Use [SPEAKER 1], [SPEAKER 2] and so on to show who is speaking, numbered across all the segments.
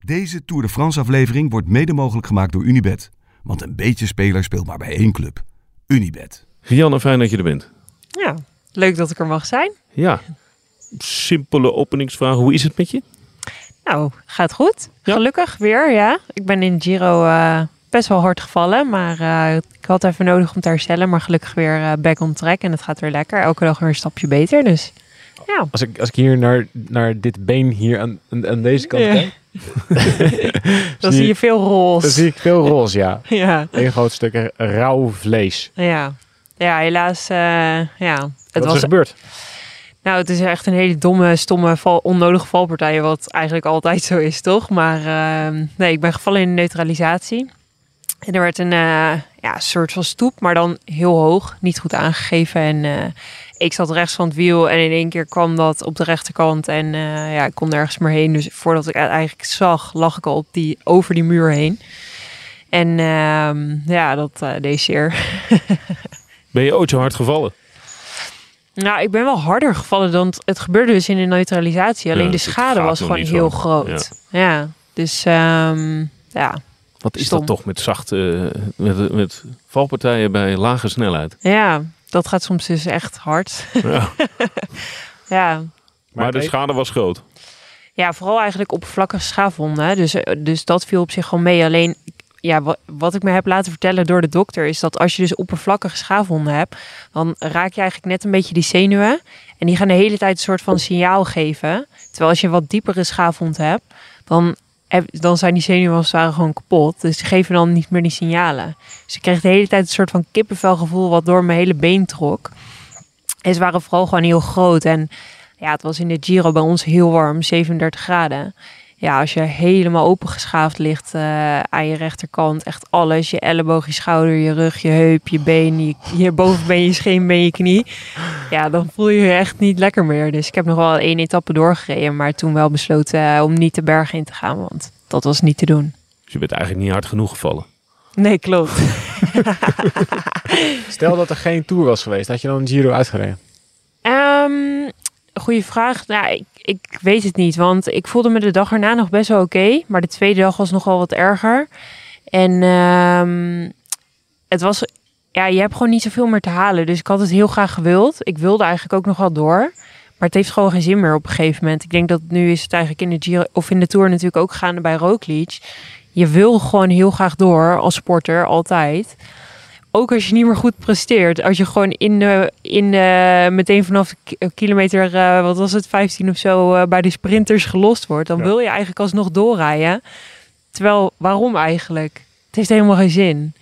[SPEAKER 1] Deze Tour de France-aflevering wordt mede mogelijk gemaakt door Unibet. Want een beetje speler speelt maar bij één club. Unibet.
[SPEAKER 2] Rianne, fijn dat je er bent.
[SPEAKER 3] Ja, leuk dat ik er mag zijn.
[SPEAKER 2] Ja, simpele openingsvraag. Hoe is het met je?
[SPEAKER 3] Nou, gaat goed.
[SPEAKER 2] Ja.
[SPEAKER 3] Gelukkig weer, ja. Ik ben in Giro eh, best wel hard gevallen, maar eh, ik had even nodig om te herstellen. Maar gelukkig weer eh, back on track en het gaat weer lekker. Elke dag weer een stapje beter, dus ja.
[SPEAKER 4] Als ik, als ik hier naar, naar dit been hier aan, aan, aan deze kant
[SPEAKER 3] Ja.
[SPEAKER 4] kijk,
[SPEAKER 3] Dan zie je veel
[SPEAKER 4] dan
[SPEAKER 3] roze.
[SPEAKER 4] zie ik veel roze, ja.
[SPEAKER 3] Ja,
[SPEAKER 4] Eén groot stuk r- rauw vlees.
[SPEAKER 3] ja. Ja, helaas, eh, ja. Het
[SPEAKER 4] Wat is
[SPEAKER 3] was
[SPEAKER 4] er gebeurd?
[SPEAKER 3] Nou, het is echt een hele domme, stomme, val, onnodige valpartij, wat eigenlijk altijd zo is, toch? Maar ehm, nee, ik ben gevallen in de neutralisatie. En er werd een eh, ja, soort van stoep, maar dan heel hoog, niet goed aangegeven. En eh, ik zat rechts van het wiel en in één keer kwam dat op de rechterkant en eh, ja, ik kon nergens meer heen. Dus voordat ik het eigenlijk zag, lag ik al op die, over die muur heen. En ehm, ja, dat eh deed zeer.
[SPEAKER 2] Ben je ooit zo hard gevallen?
[SPEAKER 3] Nou, ik ben wel harder gevallen dan het, het gebeurde dus in de neutralisatie. Alleen
[SPEAKER 2] Ja,
[SPEAKER 3] de
[SPEAKER 2] het
[SPEAKER 3] schade
[SPEAKER 2] gaat
[SPEAKER 3] was
[SPEAKER 2] nog
[SPEAKER 3] gewoon
[SPEAKER 2] niet
[SPEAKER 3] heel
[SPEAKER 2] zo.
[SPEAKER 3] groot. Ja, dus ehm, ja.
[SPEAKER 2] Wat is
[SPEAKER 3] Stom.
[SPEAKER 2] dat toch met zachte, eh, met, met valpartijen bij lage snelheid?
[SPEAKER 3] ja, dat gaat soms dus echt hard.
[SPEAKER 2] Ja.
[SPEAKER 3] ja.
[SPEAKER 2] Maar, de schade was groot.
[SPEAKER 3] ja, vooral eigenlijk oppervlakkige schaafwonden. hè. Dus, eh, dus dat viel op zich gewoon mee. Alleen, ja, wat, wat ik me heb laten vertellen door de dokter... is dat als je dus oppervlakkige schaafwonden hebt... dan raak je eigenlijk net een beetje die zenuwen. En die gaan de hele tijd een soort van signaal geven. Terwijl als je een wat diepere schaafwond hebt... dan, heb- dan zijn die zenuwen als het ware gewoon kapot. Dus die geven dan niet meer die signalen. Dus ik kreeg de hele tijd een soort van kippenvelgevoel... wat door mijn hele been trok. En ze waren vooral gewoon heel groot. En ja, het was in de Giro bij ons heel warm, 37 graden. Ja, als je helemaal opengeschaafd ligt eh, aan je rechterkant, echt alles. Je elleboog, je schouder, je rug, je heup, je been, je, je bovenbeen, je scheenbeen, je knie. Ja, dan voel je je echt niet lekker meer. Dus ik heb nog wel één etappe doorgereden, maar toen wel besloten eh, om niet de berg in te gaan, want dat was niet te doen.
[SPEAKER 2] Dus je bent eigenlijk niet hard genoeg gevallen.
[SPEAKER 3] Nee, klopt.
[SPEAKER 4] Stel dat er geen tour was geweest, had je dan een Giro uitgereden?
[SPEAKER 3] Ehm goeie vraag. Nou, ik, ik weet het niet, want ik voelde me de dag erna nog best wel oké. maar de tweede dag was nogal wat erger. En ehm, het was... Ja, je hebt gewoon niet zoveel meer te halen. Dus ik had het heel graag gewild. Ik wilde eigenlijk ook nog wel door. Maar het heeft gewoon geen zin meer op een gegeven moment. Ik denk dat nu is het eigenlijk in de Giro of in de Tour natuurlijk ook gaande bij Roglic. Je wil gewoon heel graag door als sporter altijd ook als je niet meer goed presteert, als je gewoon in de, in de, meteen vanaf de ki- kilometer, eh, wat was het, 15 of zo, eh, bij de sprinters gelost wordt, dan
[SPEAKER 4] Ja.
[SPEAKER 3] wil je eigenlijk alsnog doorrijden. Terwijl, waarom eigenlijk? Het heeft helemaal geen zin.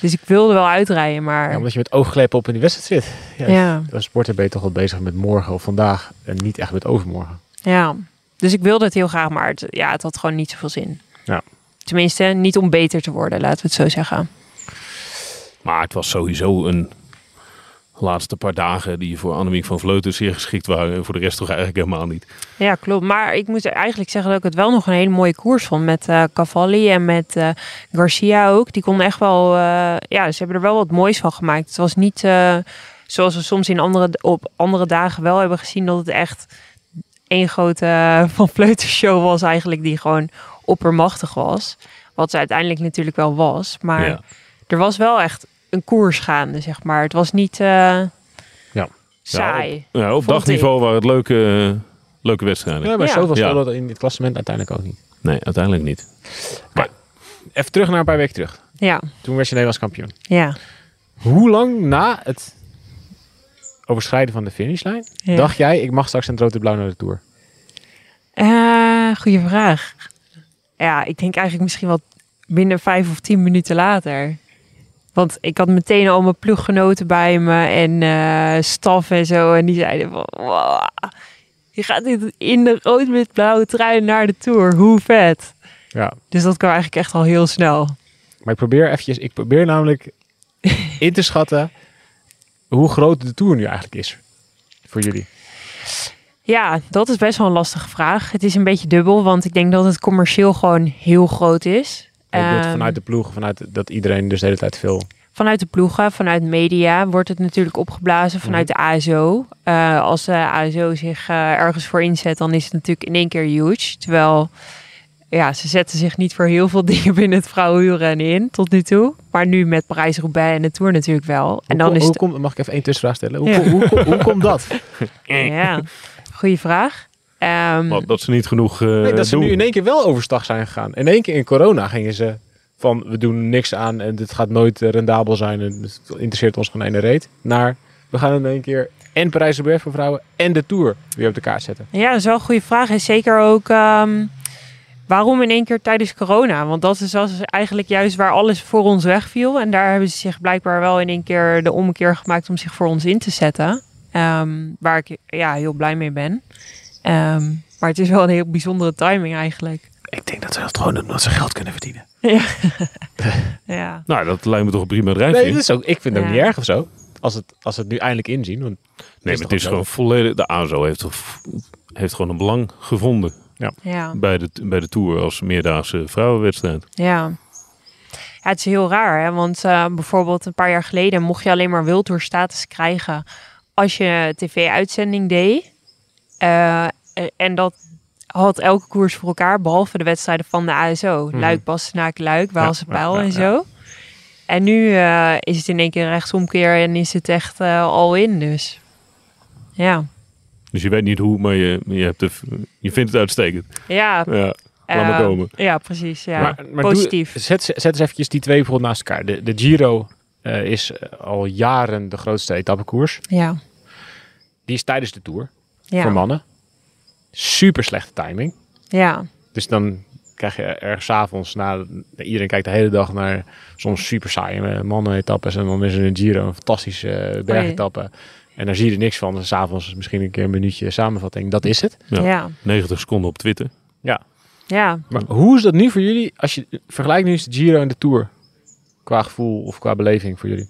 [SPEAKER 3] Dus ik wilde wel uitrijden, maar
[SPEAKER 4] Ja, omdat je met oogkleppen op in die wedstrijd zit. Ja,
[SPEAKER 3] ja,
[SPEAKER 4] Als sporter ben je toch wel bezig met morgen of vandaag en niet echt met overmorgen.
[SPEAKER 3] ja. Dus ik wilde het heel graag, maar het, ja, het had gewoon niet zoveel zin.
[SPEAKER 4] Ja.
[SPEAKER 3] Tenminste, niet om beter te worden, laten we het zo zeggen.
[SPEAKER 2] Maar het was sowieso een laatste paar dagen die voor Annemiek van Vleuten zeer geschikt waren. En Voor de rest toch eigenlijk helemaal niet.
[SPEAKER 3] Ja, klopt. Maar ik moet eigenlijk zeggen dat ik het wel nog een hele mooie koers vond. Met eh, Cavalli en met eh, Garcia ook. Die konden echt wel... eh, ja, ze hebben er wel wat moois van gemaakt. Het was niet eh, zoals we soms in andere, op andere dagen wel hebben gezien... dat het echt één grote eh, Van Vleuten show was eigenlijk... die gewoon oppermachtig was. Wat ze uiteindelijk natuurlijk wel was. Maar
[SPEAKER 2] Ja.
[SPEAKER 3] er was wel echt een koers gaande, zeg maar. Het was niet... eh, Saai.
[SPEAKER 2] Ja, op
[SPEAKER 3] Vond
[SPEAKER 2] dagniveau waren het leuke, eh, leuke wedstrijden.
[SPEAKER 4] Ja, maar
[SPEAKER 3] Ja.
[SPEAKER 4] zo was
[SPEAKER 2] Ja.
[SPEAKER 4] dat in dit klassement uiteindelijk ook niet.
[SPEAKER 2] Nee, uiteindelijk niet.
[SPEAKER 4] Even terug naar een paar weken terug.
[SPEAKER 3] ja,
[SPEAKER 4] Toen werd je Nederlands kampioen.
[SPEAKER 3] ja.
[SPEAKER 4] Hoe lang na het overschrijden van de finishlijn
[SPEAKER 3] Ja.
[SPEAKER 4] dacht jij, ik mag straks in het rood en blauw naar de Tour?
[SPEAKER 3] Eh, goeie vraag. Ja, ik denk eigenlijk misschien wel binnen vijf of tien minuten later. Want ik had meteen al mijn ploeggenoten bij me en eh, staf en zo. En die zeiden van, wow, je gaat in- in de rood-wit-blauwe trui naar de Tour. Hoe vet.
[SPEAKER 4] Ja,
[SPEAKER 3] Dus dat kwam eigenlijk echt al heel snel.
[SPEAKER 4] Maar ik probeer eventjes, ik probeer namelijk in te schatten hoe groot de tour nu eigenlijk is voor jullie.
[SPEAKER 3] Ja, dat is best wel een lastige vraag. Het is een beetje dubbel, want ik denk dat het commercieel gewoon heel groot is.
[SPEAKER 4] Ik bedoel,
[SPEAKER 3] Ehm,
[SPEAKER 4] vanuit de ploeg, vanuit dat iedereen dus de hele tijd veel.
[SPEAKER 3] Vanuit de ploegen, vanuit media wordt het natuurlijk opgeblazen. Vanuit de
[SPEAKER 4] Mhm.
[SPEAKER 3] ASO. Eh, als de ASO zich eh, ergens voor inzet, dan is het natuurlijk in één keer huge. Terwijl ja, ze zetten zich niet voor heel veel dingen binnen het vrouwenhuren in tot nu toe. Maar nu met Parijs-Roubaix en de Tour natuurlijk wel. En dan
[SPEAKER 4] hoe,
[SPEAKER 3] is
[SPEAKER 4] hoe
[SPEAKER 3] het...
[SPEAKER 4] komt, mag ik even één tussenvraag stellen? Hoe,
[SPEAKER 3] Ja.
[SPEAKER 4] hoe, hoe, hoe komt dat?
[SPEAKER 3] Ja, goede vraag. Ehm,
[SPEAKER 2] Wat, dat ze niet genoeg eh,
[SPEAKER 4] Nee, dat ze
[SPEAKER 2] doen.
[SPEAKER 4] nu in één keer wel overstag zijn gegaan. In één keer in corona gingen ze van we doen niks aan en dit gaat nooit eh, rendabel zijn en het interesseert ons geen ene reet. Naar we gaan in één keer en parijs roubaix voor vrouwen en de Tour weer op de kaart zetten.
[SPEAKER 3] Ja, dat is wel een goede vraag. En zeker ook ehm, waarom in één keer tijdens corona? Want dat is als- eigenlijk juist waar alles voor ons wegviel. En daar hebben ze zich blijkbaar wel in één keer de ommekeer gemaakt om zich voor ons in te zetten. Ehm, waar ik ja, heel blij mee ben. Ehm, maar het is wel een heel bijzondere timing eigenlijk.
[SPEAKER 5] Ik denk dat ze dat gewoon doen omdat ze geld kunnen verdienen.
[SPEAKER 3] Ja.
[SPEAKER 2] Nou, dat lijkt me toch een prima bedrijf.
[SPEAKER 4] Nee,
[SPEAKER 2] Nee,
[SPEAKER 4] dat is ook, ik vind het ook
[SPEAKER 3] Ja.
[SPEAKER 4] niet erg of zo. Als het, als het nu eindelijk inzien. Want
[SPEAKER 2] maar het is
[SPEAKER 4] toch
[SPEAKER 2] gewoon volledig... De ASO heeft, toch- heeft gewoon een belang gevonden
[SPEAKER 3] Ja.
[SPEAKER 2] bij de, bij de Tour als meerdaagse vrouwenwedstrijd.
[SPEAKER 3] Ja. Ja, het is heel raar, hè? want eh, bijvoorbeeld een paar jaar geleden mocht je alleen maar wildtoerstatus krijgen als je tv-uitzending deed. Eh, eh, en dat had elke koers voor elkaar, behalve de wedstrijden van de ASO.
[SPEAKER 2] Mhm.
[SPEAKER 3] Luik, Bastenaak, Luik, Waalse Pijl en zo. En nu eh, is het in één keer rechtsomkeer en is het echt eh, al in, dus ja.
[SPEAKER 2] Dus je weet niet hoe, maar je, je, hebt de, je vindt het uitstekend.
[SPEAKER 3] Ja,
[SPEAKER 2] Ja, laat maar
[SPEAKER 3] eh,
[SPEAKER 2] komen.
[SPEAKER 3] ja precies. Ja.
[SPEAKER 4] Maar, maar doe-
[SPEAKER 3] Positief.
[SPEAKER 4] zet, zet eens eventjes die twee bijvoorbeeld naast elkaar. De, de Giro eh, is eh, al jaren de grootste etappekoers.
[SPEAKER 3] ja.
[SPEAKER 4] Die is tijdens de Tour voor
[SPEAKER 3] Ja.
[SPEAKER 4] mannen. Super slechte timing.
[SPEAKER 3] ja.
[SPEAKER 4] Dus dan krijg je ergens avonds na... Iedereen kijkt de hele dag naar soms super saaie eh, mannen-etappes. En dan is er een Giro, een fantastische
[SPEAKER 3] Oh
[SPEAKER 4] eh, bergetappe. En daar zie je er niks van. Dus 's avonds misschien een keer een minuutje samenvatting. Dat is het.
[SPEAKER 2] Ja.
[SPEAKER 3] ja.
[SPEAKER 2] 90 seconden op Twitter.
[SPEAKER 3] ja.
[SPEAKER 4] Maar hoe is dat nu voor jullie? Als je vergelijkt nu eens de Giro en de Tour. Qua gevoel of qua beleving voor jullie.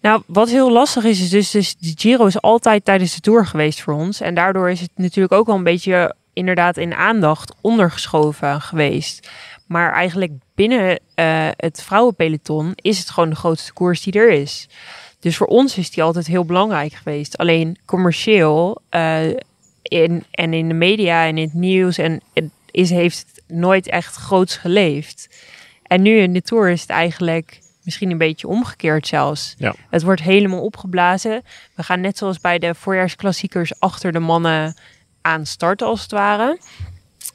[SPEAKER 3] Nou, wat heel lastig is, is dus, dus de Giro is altijd tijdens de Tour geweest voor ons. En daardoor is het natuurlijk ook wel een beetje inderdaad in aandacht ondergeschoven geweest. Maar eigenlijk binnen eh, het vrouwenpeloton is het gewoon de grootste koers die er is. Dus voor ons is die altijd heel belangrijk geweest. Alleen commercieel eh, in, en in de media en in het nieuws en, en is, heeft het nooit echt groots geleefd. En nu in de Tour is het eigenlijk misschien een beetje omgekeerd zelfs.
[SPEAKER 4] Ja.
[SPEAKER 3] Het wordt helemaal opgeblazen. We gaan net zoals bij de voorjaarsklassiekers achter de mannen aan starten als het ware.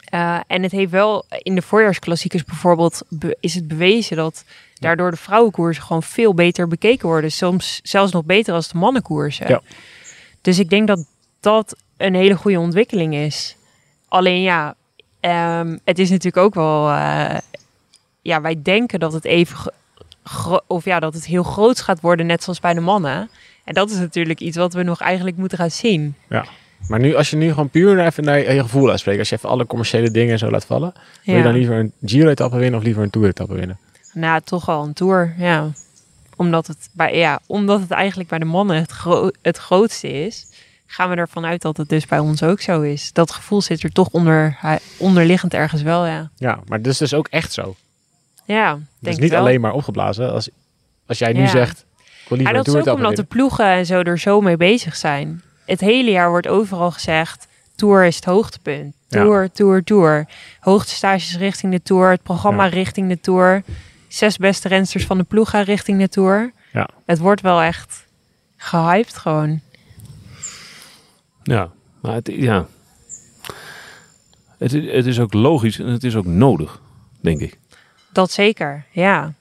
[SPEAKER 3] Eh, en het heeft wel in de voorjaarsklassiekers bijvoorbeeld be- is het bewezen dat daardoor de vrouwenkoersen gewoon veel beter bekeken worden. Soms zelfs nog beter als de mannenkoersen.
[SPEAKER 4] Ja.
[SPEAKER 3] Dus ik denk dat dat een hele goede ontwikkeling is. Alleen ja, ehm, het is natuurlijk ook wel. eh, ja, wij denken dat het even ge- gro- of ja, dat het heel groot gaat worden, net zoals bij de mannen. En dat is natuurlijk iets wat we nog eigenlijk moeten gaan zien.
[SPEAKER 4] Maar nu, als je nu gewoon puur even naar je, je gevoel uitspreekt. Als je even alle commerciële dingen en zo laat vallen. Wil je
[SPEAKER 3] Ja.
[SPEAKER 4] dan liever een Giro-etappe winnen of liever een Tour-etappe winnen?
[SPEAKER 3] Nou, toch wel een tour, ja. Omdat het, bij, ja, omdat het eigenlijk bij de mannen het, gro- het grootste is, gaan we ervan uit dat het dus bij ons ook zo is. Dat gevoel zit er toch onder, onderliggend ergens wel, ja.
[SPEAKER 4] Ja, maar dat is dus ook echt zo.
[SPEAKER 3] Ja, denk
[SPEAKER 4] Het is
[SPEAKER 3] ik
[SPEAKER 4] niet
[SPEAKER 3] wel.
[SPEAKER 4] alleen maar opgeblazen. Als, als jij nu
[SPEAKER 3] Ja.
[SPEAKER 4] zegt, ik wil
[SPEAKER 3] Maar
[SPEAKER 4] liever een
[SPEAKER 3] dat is ook
[SPEAKER 4] Tour-etappe
[SPEAKER 3] omdat de
[SPEAKER 4] winnen.
[SPEAKER 3] ploegen en zo er zo mee bezig zijn. Het hele jaar wordt overal gezegd, Tour is het hoogtepunt.
[SPEAKER 4] Ja.
[SPEAKER 3] Tour, Tour, Tour. Hoogtestages richting de Tour, het programma
[SPEAKER 4] Ja.
[SPEAKER 3] richting de Tour. Zes beste rensters van de ploeg gaan richting de Tour.
[SPEAKER 4] Ja.
[SPEAKER 3] Het wordt wel echt gehyped gewoon.
[SPEAKER 2] Ja, maar het, ja. Het, is- het is ook logisch en het is ook nodig, denk ik.
[SPEAKER 3] Dat zeker, ja.
[SPEAKER 2] Een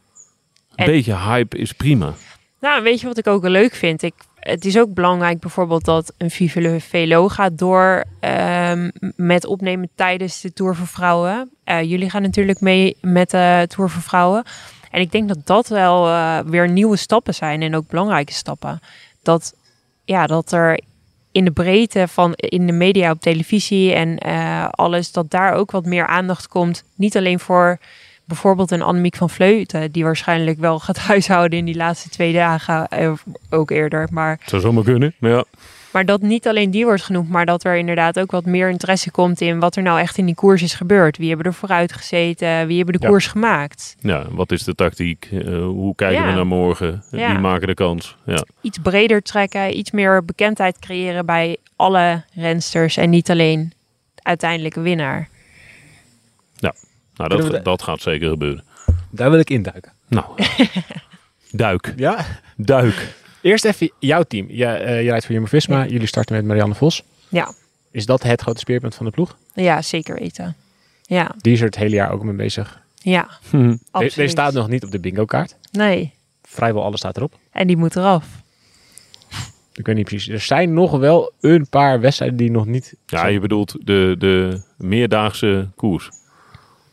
[SPEAKER 3] En-
[SPEAKER 2] beetje hype is prima.
[SPEAKER 3] Nou, weet je wat ik ook wel leuk vind? Ik, het is ook belangrijk bijvoorbeeld dat een Vive Velo gaat door ehm, met opnemen tijdens de Tour voor Vrouwen. Eh, jullie gaan natuurlijk mee met de Tour voor Vrouwen. En ik denk dat dat wel eh, weer nieuwe stappen zijn en ook belangrijke stappen. Dat, ja, dat er in de breedte van in de media op televisie en eh, alles, dat daar ook wat meer aandacht komt. Niet alleen voor bijvoorbeeld een Annemiek van Vleuten, die waarschijnlijk wel gaat huishouden in die laatste twee dagen, eh, ook eerder. Maar,
[SPEAKER 2] Het zou zomaar kunnen. Maar ja,
[SPEAKER 3] maar dat niet alleen die wordt genoemd, maar dat er inderdaad ook wat meer interesse komt in wat er nou echt in die koers is gebeurd. Wie hebben er vooruit gezeten? Wie hebben de
[SPEAKER 4] Ja.
[SPEAKER 3] koers gemaakt?
[SPEAKER 2] ja, wat is de tactiek? Eh, hoe kijken we
[SPEAKER 3] Ja.
[SPEAKER 2] naar morgen? Eh, Wie
[SPEAKER 3] Ja.
[SPEAKER 2] maken de kans? Ja.
[SPEAKER 3] Iets breder trekken, iets meer bekendheid creëren bij alle rensters en niet alleen de uiteindelijke winnaar.
[SPEAKER 2] Nou, dat,
[SPEAKER 4] Kunnen we de-
[SPEAKER 2] dat gaat zeker gebeuren.
[SPEAKER 4] Daar wil ik induiken.
[SPEAKER 2] Nou, duik,
[SPEAKER 4] Ja?
[SPEAKER 2] duik.
[SPEAKER 4] Eerst even jouw team. Ja, eh, je rijdt voor Jumbo-Visma. Jullie starten met Marianne Vos.
[SPEAKER 3] Ja.
[SPEAKER 4] Is dat het grote speerpunt van de ploeg?
[SPEAKER 3] Ja, zeker weten. Ja,
[SPEAKER 4] Die is er het hele jaar ook mee bezig.
[SPEAKER 3] ja.
[SPEAKER 4] De-
[SPEAKER 3] Absoluut.
[SPEAKER 4] Deze staat nog niet op de bingo kaart.
[SPEAKER 3] Nee,
[SPEAKER 4] Vrijwel alles staat erop.
[SPEAKER 3] en die moet eraf.
[SPEAKER 4] Ik weet niet precies. Er zijn nog wel een paar wedstrijden die nog niet...
[SPEAKER 2] Ja, je bedoelt de, de meerdaagse koers.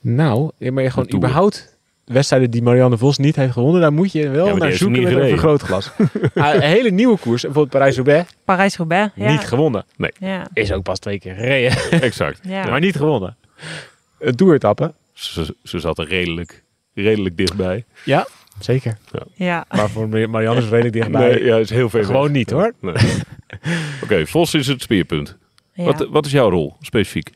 [SPEAKER 4] Nou, ja, maar je gewoon
[SPEAKER 2] Tour.
[SPEAKER 4] überhaupt wedstrijden die Marianne Vos niet heeft gewonnen. Daar moet je wel
[SPEAKER 2] maar die
[SPEAKER 4] naar
[SPEAKER 2] heeft ze
[SPEAKER 4] zoeken
[SPEAKER 2] niet
[SPEAKER 4] met een
[SPEAKER 2] gereden.
[SPEAKER 4] vergrootglas. Ah, een hele nieuwe koers. Bijvoorbeeld Parijs-Roubaix.
[SPEAKER 3] Parijs-Roubaix. Ja.
[SPEAKER 4] Niet gewonnen.
[SPEAKER 3] ja.
[SPEAKER 4] Is ook pas twee keer gereden.
[SPEAKER 2] Exact.
[SPEAKER 3] Ja.
[SPEAKER 4] Maar niet gewonnen. Een toertappen.
[SPEAKER 2] Ze, ze zat er redelijk, redelijk dichtbij.
[SPEAKER 4] Ja, zeker.
[SPEAKER 3] ja.
[SPEAKER 4] Maar voor Marianne is redelijk dichtbij.
[SPEAKER 2] Nee, ja, is heel veel.
[SPEAKER 4] Gewoon niet hoor.
[SPEAKER 2] Nee. Oké, Vos is het speerpunt.
[SPEAKER 3] Ja.
[SPEAKER 2] Wat,
[SPEAKER 4] eh,
[SPEAKER 2] wat is jouw rol specifiek?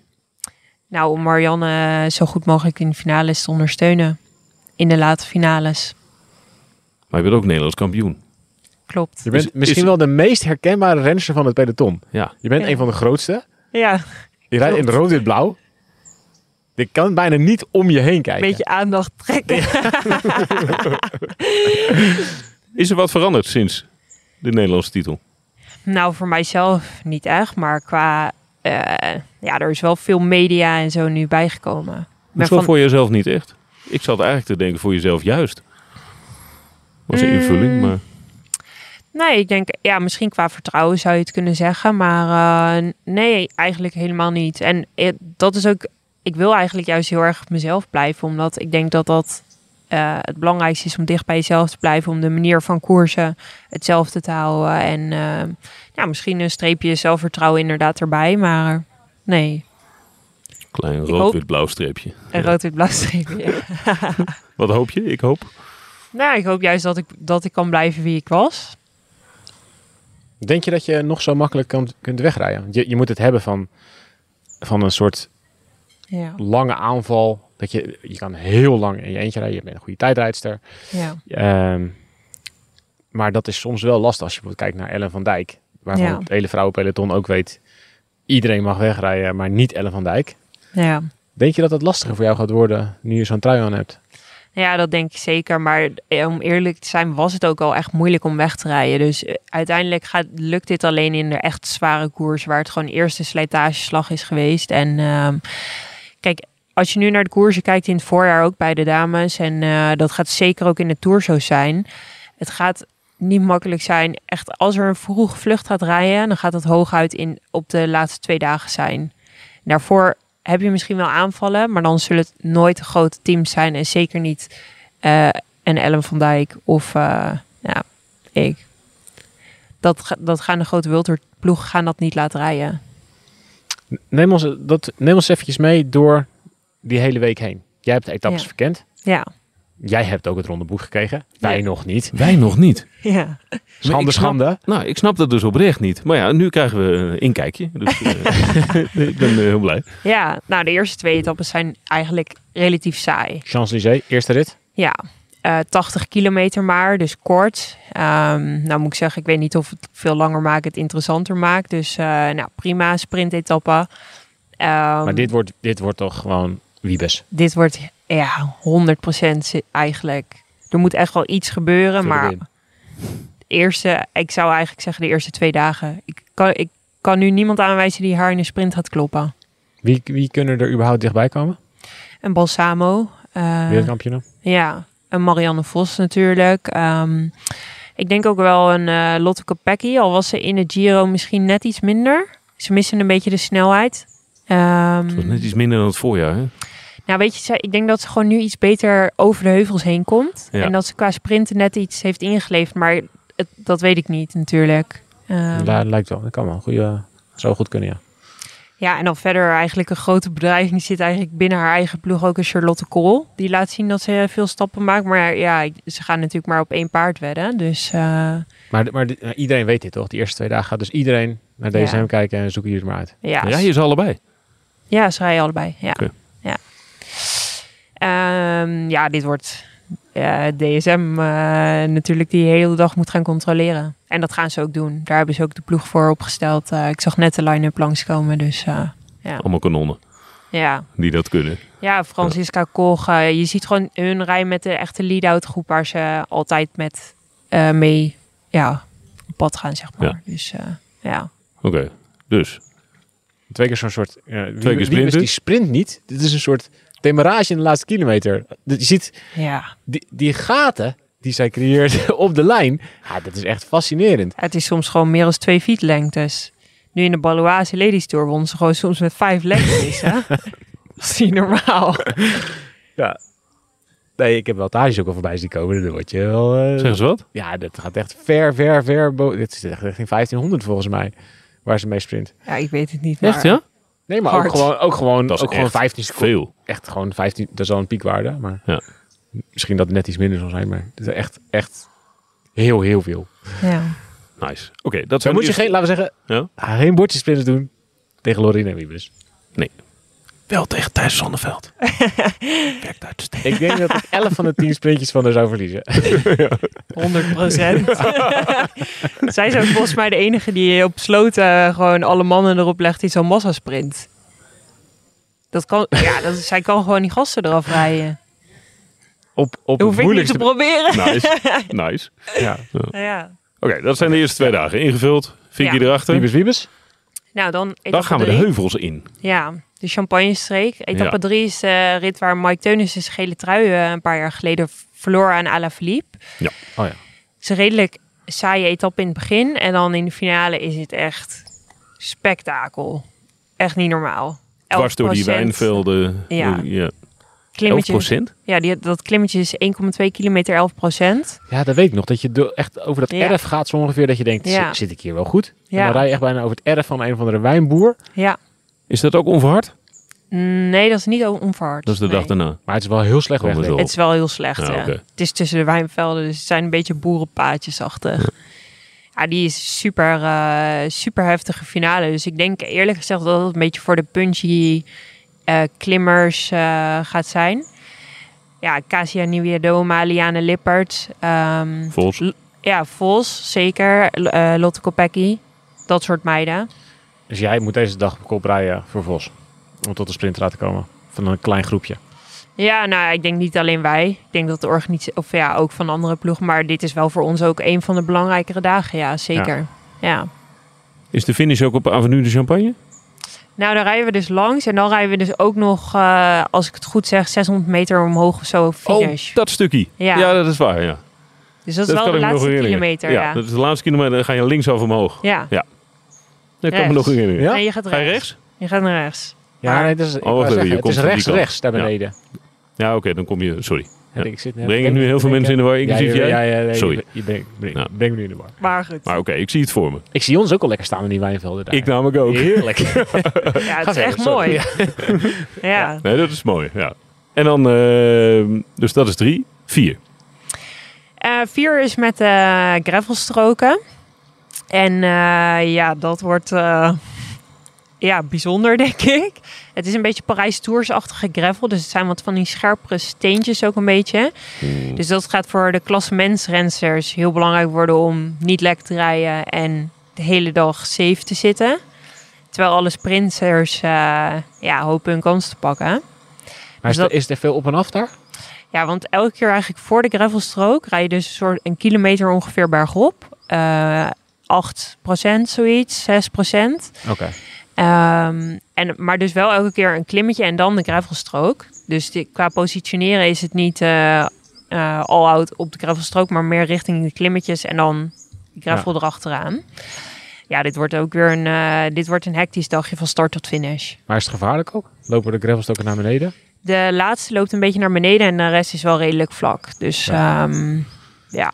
[SPEAKER 3] Nou, om Marianne zo goed mogelijk in de finales te ondersteunen. In de late finales.
[SPEAKER 2] Maar je bent ook Nederlands kampioen.
[SPEAKER 3] Klopt.
[SPEAKER 4] Je bent
[SPEAKER 2] Is-
[SPEAKER 4] misschien
[SPEAKER 2] is-
[SPEAKER 4] wel de meest herkenbare renster van het peloton.
[SPEAKER 2] Ja.
[SPEAKER 4] Je bent
[SPEAKER 3] Ja.
[SPEAKER 4] een van de grootste.
[SPEAKER 3] Ja, een
[SPEAKER 4] Je rijdt in rood, wit, blauw. Je kan bijna niet om je heen kijken.
[SPEAKER 3] beetje aandacht trekken.
[SPEAKER 2] Is er wat veranderd sinds de Nederlandse titel?
[SPEAKER 3] Nou, voor mijzelf niet echt. Maar qua... eh, ja, er is wel veel media en zo nu bijgekomen. Ik ben
[SPEAKER 2] Hoezo voor jezelf niet echt? Ik zat eigenlijk te denken voor jezelf juist. Was een invulling, maar...
[SPEAKER 3] Nee, ik denk, ja, misschien qua vertrouwen zou je het kunnen zeggen, maar eh, nee, eigenlijk helemaal niet. En eh, dat is ook, ik wil eigenlijk juist heel erg mezelf blijven, omdat ik denk dat dat eh, het belangrijkste is om dicht bij jezelf te blijven, om de manier van koersen hetzelfde te houden. En eh, ja, misschien een streepje zelfvertrouwen inderdaad erbij, maar eh, nee,
[SPEAKER 2] Klein
[SPEAKER 3] hoop-
[SPEAKER 2] rood-wit-blauw streepje.
[SPEAKER 3] een
[SPEAKER 2] Ja.
[SPEAKER 3] rood-wit blauw streepje. ja.
[SPEAKER 2] Wat hoop je? Ik hoop.
[SPEAKER 3] Nou, ik hoop juist dat ik, dat ik kan blijven wie ik was.
[SPEAKER 4] Denk je dat je nog zo makkelijk kan, kunt wegrijden? Je, je moet het hebben van, van een soort
[SPEAKER 3] Ja,
[SPEAKER 4] lange aanval. Dat je, je kan heel lang in je eentje rijden. Je bent een goede tijdrijdster.
[SPEAKER 3] ja.
[SPEAKER 4] Ehm, maar dat is soms wel lastig als je bijvoorbeeld kijkt naar Ellen van Dijk. Waarvan
[SPEAKER 3] Ja.
[SPEAKER 4] het hele vrouwenpeloton ook weet... iedereen mag wegrijden, maar niet Ellen van Dijk.
[SPEAKER 3] ja.
[SPEAKER 4] Denk je dat dat lastiger voor jou gaat worden nu je zo'n trui aan hebt?
[SPEAKER 3] Ja, dat denk ik zeker. Maar eh, om eerlijk te zijn, was het ook al echt moeilijk om weg te rijden. Dus eh, uiteindelijk gaat, lukt dit alleen in de echt zware koers, waar het gewoon eerst de slijtageslag is geweest. En ehm, kijk, als je nu naar de koersen kijkt in het voorjaar ook bij de dames, en eh, dat gaat zeker ook in de tour zo zijn. Het gaat niet makkelijk zijn. Echt, als er een vroeg vlucht gaat rijden, dan gaat dat hooguit in, op de laatste twee dagen zijn. Daarvoor heb je misschien wel aanvallen, maar dan zullen het nooit de grote teams zijn. En zeker niet eh, een Ellen van Dijk of eh, ja, ik. Dat, ga- dat gaan de grote World Tour ploegen gaan dat niet laten rijden.
[SPEAKER 4] Neem ons, dat, neem ons eventjes mee door die hele week heen. Jij hebt de etappes
[SPEAKER 3] Ja.
[SPEAKER 4] verkend.
[SPEAKER 3] Ja,
[SPEAKER 4] Jij hebt ook het rondeboek gekregen. Wij
[SPEAKER 3] Ja.
[SPEAKER 4] nog niet.
[SPEAKER 2] Wij nog niet.
[SPEAKER 3] ja.
[SPEAKER 2] Maar
[SPEAKER 4] Schande,
[SPEAKER 2] ik snap-
[SPEAKER 4] schande.
[SPEAKER 2] Nou, ik snap dat dus oprecht niet. Maar ja, nu krijgen we een inkijkje. Dus eh, ik ben eh, heel blij.
[SPEAKER 3] ja, nou de eerste twee etappes zijn eigenlijk relatief saai.
[SPEAKER 4] Champs-Élysées, eerste rit.
[SPEAKER 3] Ja, eh, 80 kilometer maar, dus kort. Ehm, nou moet ik zeggen, ik weet niet of het veel langer maakt, het interessanter maakt. Dus eh, nou prima, sprintetappe. Ehm,
[SPEAKER 4] Maar dit wordt, dit wordt toch gewoon wiebes.
[SPEAKER 3] dit wordt ja, 100% zi- eigenlijk. Er moet echt wel iets gebeuren,
[SPEAKER 4] Vul
[SPEAKER 3] maar
[SPEAKER 4] erin.
[SPEAKER 3] de eerste, ik zou eigenlijk zeggen de eerste twee dagen. Ik kan, ik kan nu niemand aanwijzen die haar in de sprint gaat kloppen.
[SPEAKER 4] Wie, wie kunnen er überhaupt dichtbij komen?
[SPEAKER 3] Een Balsamo. eh,
[SPEAKER 4] Wereldkampioen.
[SPEAKER 3] Ja, en Marianne Vos natuurlijk. Ehm, ik denk ook wel een eh, Lotte Kopecky, al was ze in de Giro misschien net iets minder. Ze missen een beetje de snelheid. Ehm,
[SPEAKER 2] Het was net iets minder dan het voorjaar. Hè?
[SPEAKER 3] nou, weet je, zij- ik denk dat ze gewoon nu iets beter over de heuvels heen komt.
[SPEAKER 2] Ja.
[SPEAKER 3] En dat ze qua sprinten net iets heeft ingeleefd. Maar het- dat weet ik niet natuurlijk. Ehm,
[SPEAKER 4] Daar lijkt wel. Dat kan wel. Goeie, zou goed kunnen, ja.
[SPEAKER 3] Ja, en dan verder eigenlijk een grote bedreiging zit eigenlijk binnen haar eigen ploeg ook een Charlotte Kool. Die laat zien dat ze eh, veel stappen maakt. Maar ja, ze gaan natuurlijk maar op één paard wedden. Dus eh,
[SPEAKER 4] Maar, maar dit- iedereen weet dit toch? Die eerste twee dagen gaat dus iedereen naar
[SPEAKER 3] Ja.
[SPEAKER 4] DSM kijken en zoeken jullie het maar uit.
[SPEAKER 3] ja,
[SPEAKER 2] Ja, je ze allebei.
[SPEAKER 3] Ja, ze rijden allebei. Ja.
[SPEAKER 2] Oké.
[SPEAKER 3] Ja. Ehm, ja, dit wordt eh, DSM eh, natuurlijk die hele dag moet gaan controleren. En dat gaan ze ook doen. Daar hebben ze ook de ploeg voor opgesteld. Eh, ik zag net de line-up langskomen, dus eh, ja.
[SPEAKER 2] Allemaal kanonnen.
[SPEAKER 3] Ja,
[SPEAKER 2] die dat kunnen.
[SPEAKER 3] ja Francisca Koch. eh, je ziet gewoon hun rij met de echte lead-out groep waar ze altijd met eh, mee ja, op pad gaan, zeg maar. Dus eh, ja.
[SPEAKER 2] Oké, dus.
[SPEAKER 4] Twee keer zo'n soort... eh, wie-
[SPEAKER 2] keer
[SPEAKER 4] wie is
[SPEAKER 2] sprinten.
[SPEAKER 4] Die sprint niet. Dit is een soort demarage in de laatste kilometer. Je ziet
[SPEAKER 3] ja.
[SPEAKER 4] die, die gaten die zij creëert op de lijn. Ja, dat is echt fascinerend.
[SPEAKER 3] Het is soms gewoon meer dan twee feet lengtes. Nu in de Baloise Ladies Tour wonnen ze gewoon soms met vijf lengtes. hè? Dat is niet normaal.
[SPEAKER 4] Nee, ik heb wel tages ook al voorbij zien komen. Dan word je wel... eh,
[SPEAKER 2] Zeg eens wat?
[SPEAKER 4] Ja, dat gaat echt ver, ver, ver. bo- Dit is echt richting 1500 volgens mij. Waar ze mee sprint.
[SPEAKER 3] Ja, ik weet het niet.
[SPEAKER 2] Echt,
[SPEAKER 3] maar-
[SPEAKER 2] ja?
[SPEAKER 4] Nee, maar ook
[SPEAKER 3] Hard.
[SPEAKER 4] gewoon, ook gewoon,
[SPEAKER 2] Dat is
[SPEAKER 4] ook gewoon
[SPEAKER 2] echt
[SPEAKER 4] 15 seconden.
[SPEAKER 2] veel.
[SPEAKER 4] Echt gewoon 15. Dat is al een piekwaarde. Maar
[SPEAKER 2] Ja.
[SPEAKER 4] misschien dat het net iets minder zal zijn. Maar het is echt, echt heel, heel veel.
[SPEAKER 3] Ja.
[SPEAKER 2] Nice. Oké, dat
[SPEAKER 4] Zo
[SPEAKER 2] zijn
[SPEAKER 4] moet je
[SPEAKER 2] de
[SPEAKER 4] geen, laten we zeggen, ah,
[SPEAKER 2] eerste- Ja?
[SPEAKER 4] geen bordjesprinters doen tegen Lorine en Wiebes.
[SPEAKER 5] Wel tegen Thijs Zonneveld. Werkt uitstekend.
[SPEAKER 4] Ik denk dat ik 11 van de 10 sprintjes van haar zou verliezen.
[SPEAKER 3] 100 Zij zijn volgens mij de enige die op sloten gewoon alle mannen erop legt die zo'n massasprint. Dat kan, ja, dat, zij kan gewoon die gasten eraf rijden.
[SPEAKER 4] Op, op
[SPEAKER 3] Dat
[SPEAKER 4] het
[SPEAKER 3] hoef ik niet te
[SPEAKER 4] moeilijkste.
[SPEAKER 3] proberen.
[SPEAKER 2] Nice. nice.
[SPEAKER 4] ja.
[SPEAKER 3] Ja.
[SPEAKER 2] Oké, dat zijn de eerste twee dagen. Ingevuld. Vicky
[SPEAKER 3] Ja.
[SPEAKER 2] erachter.
[SPEAKER 4] Wiebes, Wiebes.
[SPEAKER 3] Nou, dan etappe
[SPEAKER 2] Dan gaan we de
[SPEAKER 3] drie.
[SPEAKER 2] heuvels in.
[SPEAKER 3] Ja, de Champagne-streek. Etappe
[SPEAKER 2] Ja.
[SPEAKER 3] 3 is de rit waar Mike Teunissen zijn gele trui eh, een paar jaar geleden verloor aan Alaphilippe.
[SPEAKER 2] Ja.
[SPEAKER 4] Oh ja.
[SPEAKER 3] Het is een redelijk saaie etappe in het begin. En dan in de finale is het echt spektakel. Echt niet normaal. 11%.
[SPEAKER 2] Dwars door die wijnvelden.
[SPEAKER 3] Ja.
[SPEAKER 2] Eh, ja. 11
[SPEAKER 3] Klimmetje- Ja, die, dat klimmetje is 1,2 kilometer, 11 procent.
[SPEAKER 4] Ja, dat weet ik nog. Dat je door- echt over dat
[SPEAKER 3] Ja.
[SPEAKER 4] erf gaat zo ongeveer. Dat je denkt,
[SPEAKER 3] Ja.
[SPEAKER 4] "Zit- zit ik hier wel goed? En
[SPEAKER 3] Ja.
[SPEAKER 4] dan rij je echt bijna over het erf van een of andere wijnboer.
[SPEAKER 3] Ja.
[SPEAKER 2] Is dat ook onverhard?
[SPEAKER 3] Nee, dat is niet on- onverhard.
[SPEAKER 2] Dat is de
[SPEAKER 3] Nee.
[SPEAKER 2] dag daarna.
[SPEAKER 4] Maar het is wel heel slecht
[SPEAKER 2] Kom er
[SPEAKER 4] weg.
[SPEAKER 2] zo.
[SPEAKER 3] Het is wel heel slecht.
[SPEAKER 2] Ja,
[SPEAKER 3] ja.
[SPEAKER 2] oké.
[SPEAKER 3] Het is tussen de wijnvelden, dus het zijn een beetje boerenpaadjesachtig. Ja, die is super, eh, super heftige finale. Dus ik denk eerlijk gezegd dat het een beetje voor de punchy eh, klimmers eh, gaat zijn. Ja, Casia Nieuwiadoma, Liane Lippert. ehm,
[SPEAKER 2] Vols.
[SPEAKER 3] ja, Vos, zeker. L- eh, Lotte Kopecky. Dat soort meiden.
[SPEAKER 4] Dus jij moet deze dag op kop rijden voor Vos. Om tot de sprint te laten komen. Van een klein groepje.
[SPEAKER 3] Ja, nou, ik denk niet alleen wij. Ik denk dat de organisatie, of ja, ook van andere ploegen. Maar dit is wel voor ons ook een van de belangrijkere dagen. Ja, zeker. ja.
[SPEAKER 2] Is de finish ook op Avenue de Champagne?
[SPEAKER 3] Nou, dan rijden we dus langs. En dan rijden we dus ook nog, eh, als ik het goed zeg, 600 meter omhoog of zo finish.
[SPEAKER 2] Oh, dat stukje.
[SPEAKER 3] Ja.
[SPEAKER 2] dat is waar. Ja.
[SPEAKER 3] dus dat is wel de
[SPEAKER 2] me nog
[SPEAKER 3] laatste
[SPEAKER 2] herinneren.
[SPEAKER 3] kilometer. Ja,
[SPEAKER 2] dat is de laatste kilometer. Dan ga je linksaf omhoog.
[SPEAKER 3] ja.
[SPEAKER 2] Dat kan me
[SPEAKER 3] Rechts.
[SPEAKER 2] nog herinneren.
[SPEAKER 4] Ja?
[SPEAKER 3] Nee, je gaat
[SPEAKER 2] Ga
[SPEAKER 3] rechts.
[SPEAKER 2] je rechts?
[SPEAKER 3] Je gaat naar rechts.
[SPEAKER 4] Ja, nee, dat is, ik
[SPEAKER 2] Oh, wacht
[SPEAKER 4] wou
[SPEAKER 2] even,
[SPEAKER 4] zeggen,
[SPEAKER 2] je
[SPEAKER 4] het
[SPEAKER 2] komt
[SPEAKER 4] is
[SPEAKER 2] van die
[SPEAKER 4] rechts,
[SPEAKER 2] kant.
[SPEAKER 4] rechts, daar
[SPEAKER 2] Ja.
[SPEAKER 4] beneden.
[SPEAKER 2] Ja, oké, dan kom je. Sorry.
[SPEAKER 4] En Ik zit net
[SPEAKER 2] Breng ik nu heel veel mensen in de war, inclusief
[SPEAKER 4] ja,
[SPEAKER 2] jij?
[SPEAKER 4] Ja, ja, nee,
[SPEAKER 2] Sorry.
[SPEAKER 4] Je, je breng, breng,
[SPEAKER 2] Ja.
[SPEAKER 4] breng me nu in de war.
[SPEAKER 3] Maar goed.
[SPEAKER 2] Maar oké, ik zie het voor me.
[SPEAKER 4] Ik zie ons ook al lekker staan in die wijnvelden daar.
[SPEAKER 2] Ik namelijk ook.
[SPEAKER 4] Heerlijk.
[SPEAKER 3] ja, het is
[SPEAKER 4] verder,
[SPEAKER 3] echt
[SPEAKER 4] sorry.
[SPEAKER 3] mooi. ja.
[SPEAKER 2] Nee, dat is mooi. Ja. En dan, eh, dus dat is drie. Vier.
[SPEAKER 3] Eh, vier is met eh gravelstroken. En eh, ja, dat wordt eh, ja, bijzonder, denk ik. Het is een beetje Parijs Tours-achtige gravel. Dus het zijn wat van die scherpere steentjes ook een beetje. Dus dat gaat voor de klassementsrensters heel belangrijk worden om niet lek te rijden en de hele dag safe te zitten. Terwijl alle sprinters eh, ja, hopen hun kans te pakken.
[SPEAKER 4] Maar
[SPEAKER 3] Dus
[SPEAKER 4] is,
[SPEAKER 3] dat-
[SPEAKER 4] er, is er veel op en af daar?
[SPEAKER 3] Ja, want elke keer eigenlijk voor de gravelstrook rij je dus een soort een kilometer ongeveer bergop. Eh 8% zoiets, 6%.
[SPEAKER 4] Oké.
[SPEAKER 3] Ehm, en, maar dus wel elke keer een klimmetje en dan de gravelstrook. Dus die- qua positioneren is het niet eh eh, all-out op de gravelstrook, maar meer richting de klimmetjes en dan de gravel erachteraan. Ja, dit wordt ook weer een, eh, dit wordt een hectisch dagje van start tot finish.
[SPEAKER 4] Maar is het gevaarlijk ook? Lopen de gravelstokken naar beneden?
[SPEAKER 3] De laatste loopt een beetje naar beneden en de rest is wel redelijk vlak. Dus ja, ja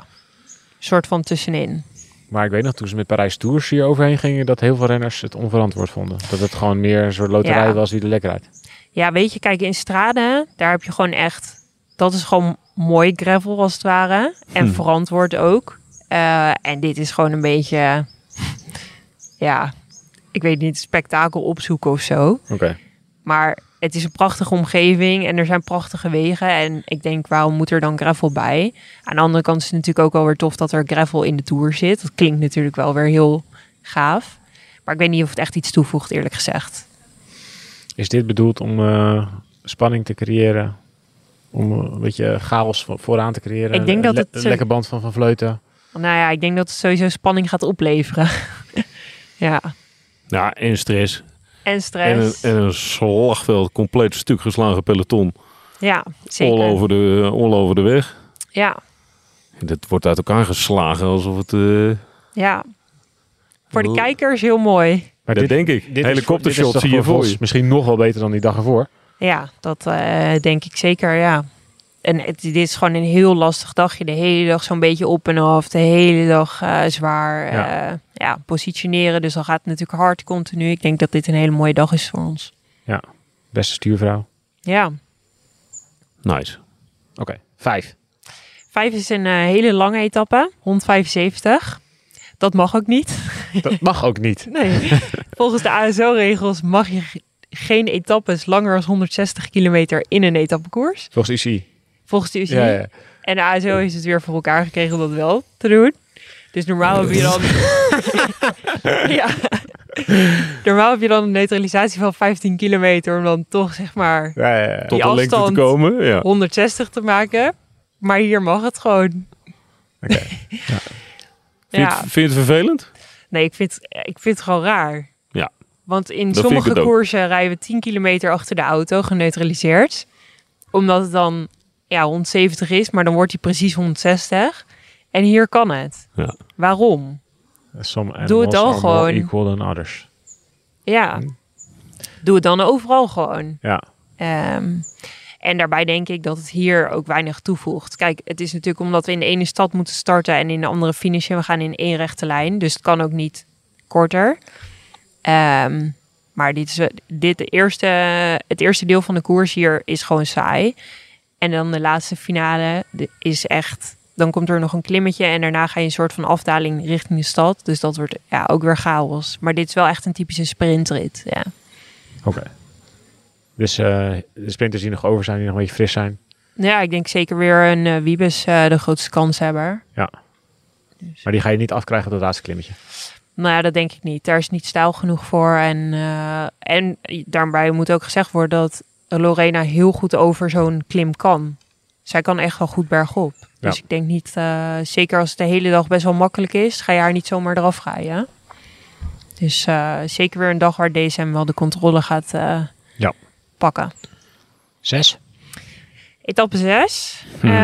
[SPEAKER 3] soort van tussenin.
[SPEAKER 4] Maar ik weet nog, toen ze met Parijs Tours hier overheen gingen, dat heel veel renners het onverantwoord vonden. Dat het gewoon meer een soort loterij
[SPEAKER 3] Ja.
[SPEAKER 4] was wie er lekker uit.
[SPEAKER 3] Ja, weet je, kijk, in straden, daar heb je gewoon echt... Dat is gewoon mooi gravel als het ware. En verantwoord ook. Eh, en dit is gewoon een beetje... Ja, ik weet niet, spektakel opzoeken of zo.
[SPEAKER 4] Oké.
[SPEAKER 3] Maar het is een prachtige omgeving en er zijn prachtige wegen. En ik denk, waarom moet er dan gravel bij? Aan de andere kant is het natuurlijk ook wel weer tof dat er gravel in de Tour zit. Dat klinkt natuurlijk wel weer heel gaaf. Maar ik weet niet of het echt iets toevoegt, eerlijk gezegd.
[SPEAKER 4] Is dit bedoeld om eh, spanning te creëren? Om eh, een beetje chaos vo- vooraan te creëren?
[SPEAKER 3] Ik denk dat
[SPEAKER 4] Le-
[SPEAKER 3] het
[SPEAKER 4] Een
[SPEAKER 3] zo-
[SPEAKER 4] lekker band van Van Vleuten.
[SPEAKER 3] Nou ja, ik denk dat het sowieso spanning gaat opleveren. ja.
[SPEAKER 2] Ja, en stress.
[SPEAKER 3] En
[SPEAKER 2] En een,
[SPEAKER 3] stress.
[SPEAKER 2] en een slagveld, compleet stuk geslagen peloton.
[SPEAKER 3] ja,
[SPEAKER 2] All
[SPEAKER 3] zeker.
[SPEAKER 2] over, de, all over de weg.
[SPEAKER 3] Ja,
[SPEAKER 2] Dat wordt uit elkaar geslagen alsof het... eh,
[SPEAKER 3] ja. Voor de
[SPEAKER 2] Oeh.
[SPEAKER 3] kijkers heel mooi.
[SPEAKER 4] Maar
[SPEAKER 2] dat denk ik.
[SPEAKER 4] dit is- dit
[SPEAKER 2] Helikoptershot
[SPEAKER 4] is
[SPEAKER 2] zie je voor je.
[SPEAKER 4] Misschien nog wel beter dan die dag ervoor.
[SPEAKER 3] Ja, dat eh, denk ik zeker, ja. En het, dit is gewoon een heel lastig dagje. De hele dag zo'n beetje op en af. De hele dag eh, zwaar
[SPEAKER 4] Ja.
[SPEAKER 3] ja. ja, positioneren. Dus dan gaat het natuurlijk hard continu. Ik denk dat dit een hele mooie dag is voor ons.
[SPEAKER 4] Beste stuurvrouw.
[SPEAKER 3] Ja.
[SPEAKER 2] Nice.
[SPEAKER 4] Oké, vijf.
[SPEAKER 3] Vijf is een eh, hele lange etappe. 175. Dat mag ook niet.
[SPEAKER 4] Dat mag ook niet.
[SPEAKER 3] Nee. Volgens de ASO-regels mag je ge- geen etappes langer dan 160 kilometer in een etappekoers.
[SPEAKER 4] Volgens IC.
[SPEAKER 3] Volgens de UCI.
[SPEAKER 4] Ja, ja.
[SPEAKER 3] En de ASO heeft het weer voor elkaar gekregen om dat wel te doen. Dus normaal heb je dan... ja. Normaal heb je dan een neutralisatie van 15 kilometer om dan toch zeg maar
[SPEAKER 4] Ja, ja, ja.
[SPEAKER 2] Tot de lengte te
[SPEAKER 3] afstand.
[SPEAKER 2] komen. Ja.
[SPEAKER 3] 160 te maken. Maar hier mag het gewoon.
[SPEAKER 4] Oké.
[SPEAKER 2] Vind, je
[SPEAKER 3] Ja.
[SPEAKER 2] het- vind je het vervelend? Nou,
[SPEAKER 3] Nee, ik vind, ik vind het gewoon raar.
[SPEAKER 2] Ja.
[SPEAKER 3] Want in
[SPEAKER 2] vind ik
[SPEAKER 3] sommige
[SPEAKER 2] het ook.
[SPEAKER 3] koersen rijden we 10 kilometer achter de auto, geneutraliseerd. Omdat het dan ja, 170 is, maar dan wordt hij precies 160. En hier kan het.
[SPEAKER 2] Ja.
[SPEAKER 3] Waarom?
[SPEAKER 4] Some
[SPEAKER 3] het
[SPEAKER 4] animals
[SPEAKER 3] dan
[SPEAKER 4] are more
[SPEAKER 3] gewoon.
[SPEAKER 4] equal than others.
[SPEAKER 3] Ja. Doe het dan overal gewoon.
[SPEAKER 4] Ja.
[SPEAKER 3] Ehm, en daarbij denk ik dat het hier ook weinig toevoegt. Kijk, het is natuurlijk omdat we in de ene stad moeten starten en in de andere finishen. We gaan in één rechte lijn, dus het kan ook niet korter. Ehm, maar dit is, dit de eerste, het eerste deel van de koers hier is gewoon saai. En dan de laatste finale de- is echt... Dan komt er nog een klimmetje en daarna ga je een soort van afdaling richting de stad. Dus dat wordt ja, ook weer chaos. Maar dit is wel echt een typische sprintrit. Ja.
[SPEAKER 4] Oké. Dus eh, de sprinters die nog over zijn, die nog een beetje fris zijn.
[SPEAKER 3] Nou Ja, ik denk zeker weer een eh, Wiebes eh, de grootste kanshebber.
[SPEAKER 4] Maar die ga je niet afkrijgen tot het laatste klimmetje.
[SPEAKER 3] Nou ja, dat denk ik niet. Daar is niet stijl genoeg voor. En, eh, en daarbij moet ook gezegd worden dat Lorena heel goed over zo'n klim kan. Zij kan echt wel goed bergop. Dus
[SPEAKER 4] Ja.
[SPEAKER 3] ik denk niet, eh, zeker als het de hele dag best wel makkelijk is, ga je haar niet zomaar eraf rijden. Dus eh, zeker weer een dag waar DSM wel de controle gaat eh,
[SPEAKER 4] Ja.
[SPEAKER 3] pakken.
[SPEAKER 4] Zes.
[SPEAKER 3] Etappe 6.
[SPEAKER 2] Hmm.
[SPEAKER 3] even